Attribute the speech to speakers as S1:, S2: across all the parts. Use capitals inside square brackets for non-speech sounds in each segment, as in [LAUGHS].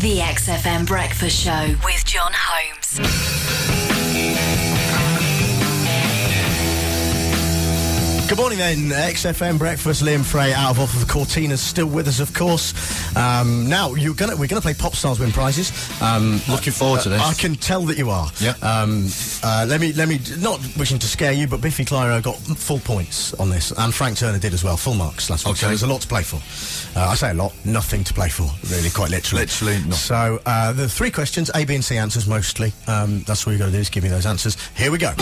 S1: The XFM Breakfast Show with John Holmes.
S2: Good morning then, XFM Breakfast. Liam Frey out of off of Cortina's still with us, of course. Um, now you're gonna we're gonna play Pop Stars Win Prizes. Um,
S3: Looking forward to this.
S2: I can tell that you are.
S3: Yeah.
S2: Um, uh, let me let me not wishing to scare you, but Biffy Clyro got full points on this, and Frank Turner did as well, full marks last week. So
S3: Okay.
S2: there's a lot to play for. Uh, I say a lot, nothing to play for, really, quite literally.
S3: Literally nothing.
S2: So uh, the three questions, A, B, and C answers mostly. Um, that's what you got to do is give me those answers. Here we go.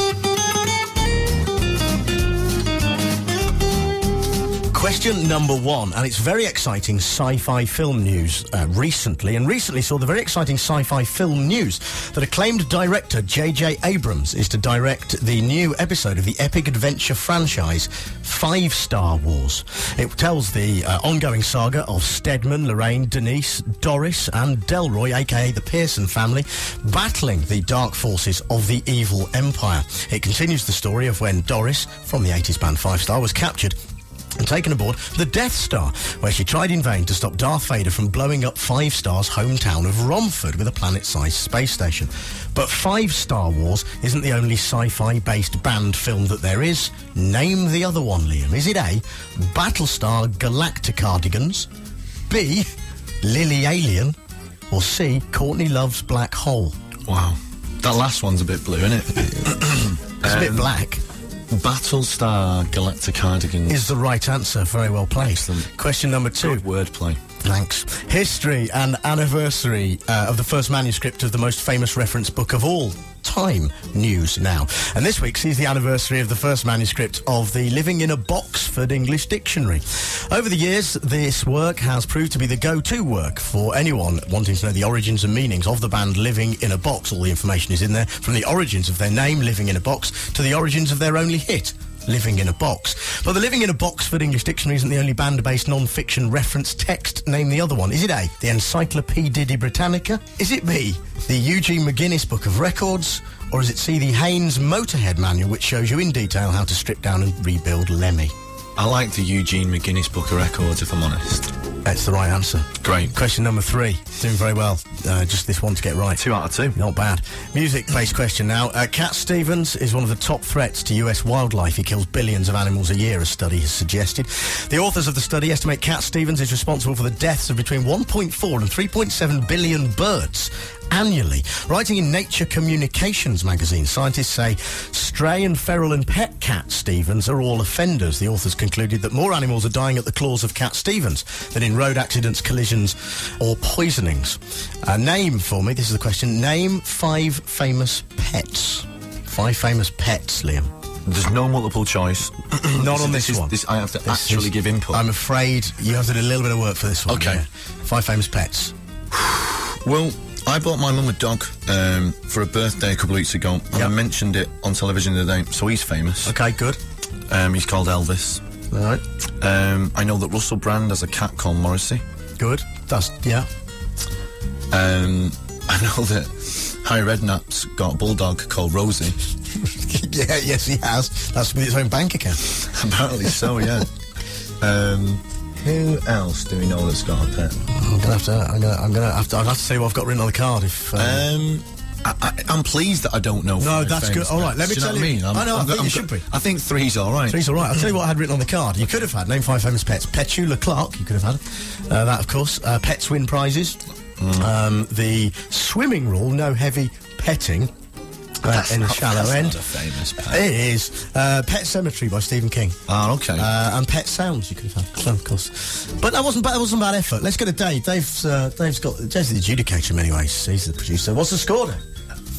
S2: Question number one, and it's very exciting sci-fi film news uh, recently, and recently saw the very exciting sci-fi film news that acclaimed director J.J. Abrams is to direct the new episode of the epic adventure franchise, Five Star Wars. It tells the uh, ongoing saga of Stedman, Lorraine, Denise, Doris, and Delroy, aka the Pearson family, battling the dark forces of the evil empire. It continues the story of when Doris, from the 80s band Five Star, was captured and taken aboard the Death Star, where she tried in vain to stop Darth Vader from blowing up Five Star's hometown of Romford with a planet-sized space station. But Five Star Wars isn't the only sci-fi-based band film that there is. Name the other one, Liam. Is it A, Battlestar Galacticardigans, B, Lily Alien, or C, Courtney Love's Black Hole?
S3: Wow. That last one's a bit blue, isn't [LAUGHS] it?
S2: It's a bit black.
S3: Battlestar Galactic Cardigan.
S2: Is the right answer. Very well placed.
S3: Excellent.
S2: Question number two.
S3: Good wordplay.
S2: Thanks. History and anniversary uh, of the first manuscript of the most famous reference book of all time, News Now. And this week sees the anniversary of the first manuscript of the Living in a Boxford English Dictionary. Over the years, this work has proved to be the go-to work for anyone wanting to know the origins and meanings of the band Living in a Box. All the information is in there, from the origins of their name, Living in a Box, to the origins of their only hit, Living in a Box. But the Living in a Boxford English Dictionary isn't the only band-based non-fiction reference text. Name the other one. Is it A, the Encyclopædia de Britannica? Is it B, the Eugene McGuinness Book of Records? Or is it C, the Haynes Motorhead Manual, which shows you in detail how to strip down and rebuild Lemmy?
S3: I like the Eugene McGuinness Book of Records, if I'm honest.
S2: That's the right answer.
S3: Great.
S2: Question number three. Doing very well. Uh, just this one to get right.
S3: Two out of two.
S2: Not bad. Music-based question now. Uh, Cat Stevens is one of the top threats to US wildlife. He kills billions of animals a year, a study has suggested. The authors of the study estimate Cat Stevens is responsible for the deaths of between 1.4 and 3.7 billion birds annually. Writing in Nature Communications magazine, scientists say stray and feral and pet cat Stevens are all offenders. The authors concluded that more animals are dying at the claws of Cat Stevens than in road accidents, collisions, or poisonings. A name for me, this is the question. Name five famous pets. Five famous pets, Liam.
S3: There's no multiple [CLEARS THROAT] choice.
S2: Not on this,
S3: is-
S2: one.
S3: This, I have to
S2: This
S3: actually
S2: is-
S3: give input.
S2: I'm afraid you have to do a little bit of work for this one.
S3: Okay.
S2: Five famous pets.
S3: Well, I bought my mum a dog um, for a birthday a couple of weeks ago, and
S2: Yeah.
S3: I mentioned it on television the other day, so he's famous.
S2: Okay, good.
S3: Um, he's called Elvis.
S2: All right.
S3: Um, I know that Russell Brand has a cat called Morrissey.
S2: Good. That's, yeah. [LAUGHS]
S3: Um, [LAUGHS] I know that Harry Redknapp's got a bulldog called Rosie. [LAUGHS]
S2: yeah, yes, he has. That's with his own bank account.
S3: Apparently so, yeah. Um, who else do we know that's got a pet?
S2: I'm gonna have to. I'm gonna. I'm gonna have to. I'll have to say what I've got written on the card. If uh,
S3: Um, I, I, I'm pleased that I don't know.
S2: No,
S3: five
S2: that's
S3: famous
S2: good. All right,
S3: pets.
S2: let me
S3: Do you
S2: tell
S3: know what
S2: you-
S3: I mean, I'm-
S2: I know, I
S3: I've got-
S2: think you
S3: I've
S2: should
S3: got- I think three's all right.
S2: Three's all right. I'll tell you what I had written on the card. You could have had name five famous pets. Petula Clark. You could have had uh, that, of course. Uh, pets win prizes.
S3: Mm.
S2: Um, the swimming rule: no heavy petting uh, in the
S3: not-
S2: shallow
S3: that's
S2: end.
S3: not a famous pet.
S2: It is uh, Pet Cemetery by Stephen King.
S3: Ah, okay.
S2: Uh, and pet sounds you could have had, of course. But that wasn't bad. That wasn't bad effort. Let's go to Dave. Dave's uh, Dave's got Dave's the adjudicator in many ways. He's the producer. What's the score? Dave?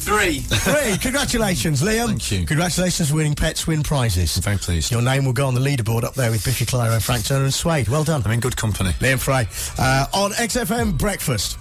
S4: Three.
S2: Three. Congratulations, Liam.
S3: Thank you.
S2: Congratulations for winning Pets Win prizes.
S3: I'm very pleased.
S2: Your name will go on the leaderboard up there with Biffy Clyro, Frank Turner, and Suede. Well done.
S3: I'm in good company.
S2: Liam Frey uh, on XFM Breakfast.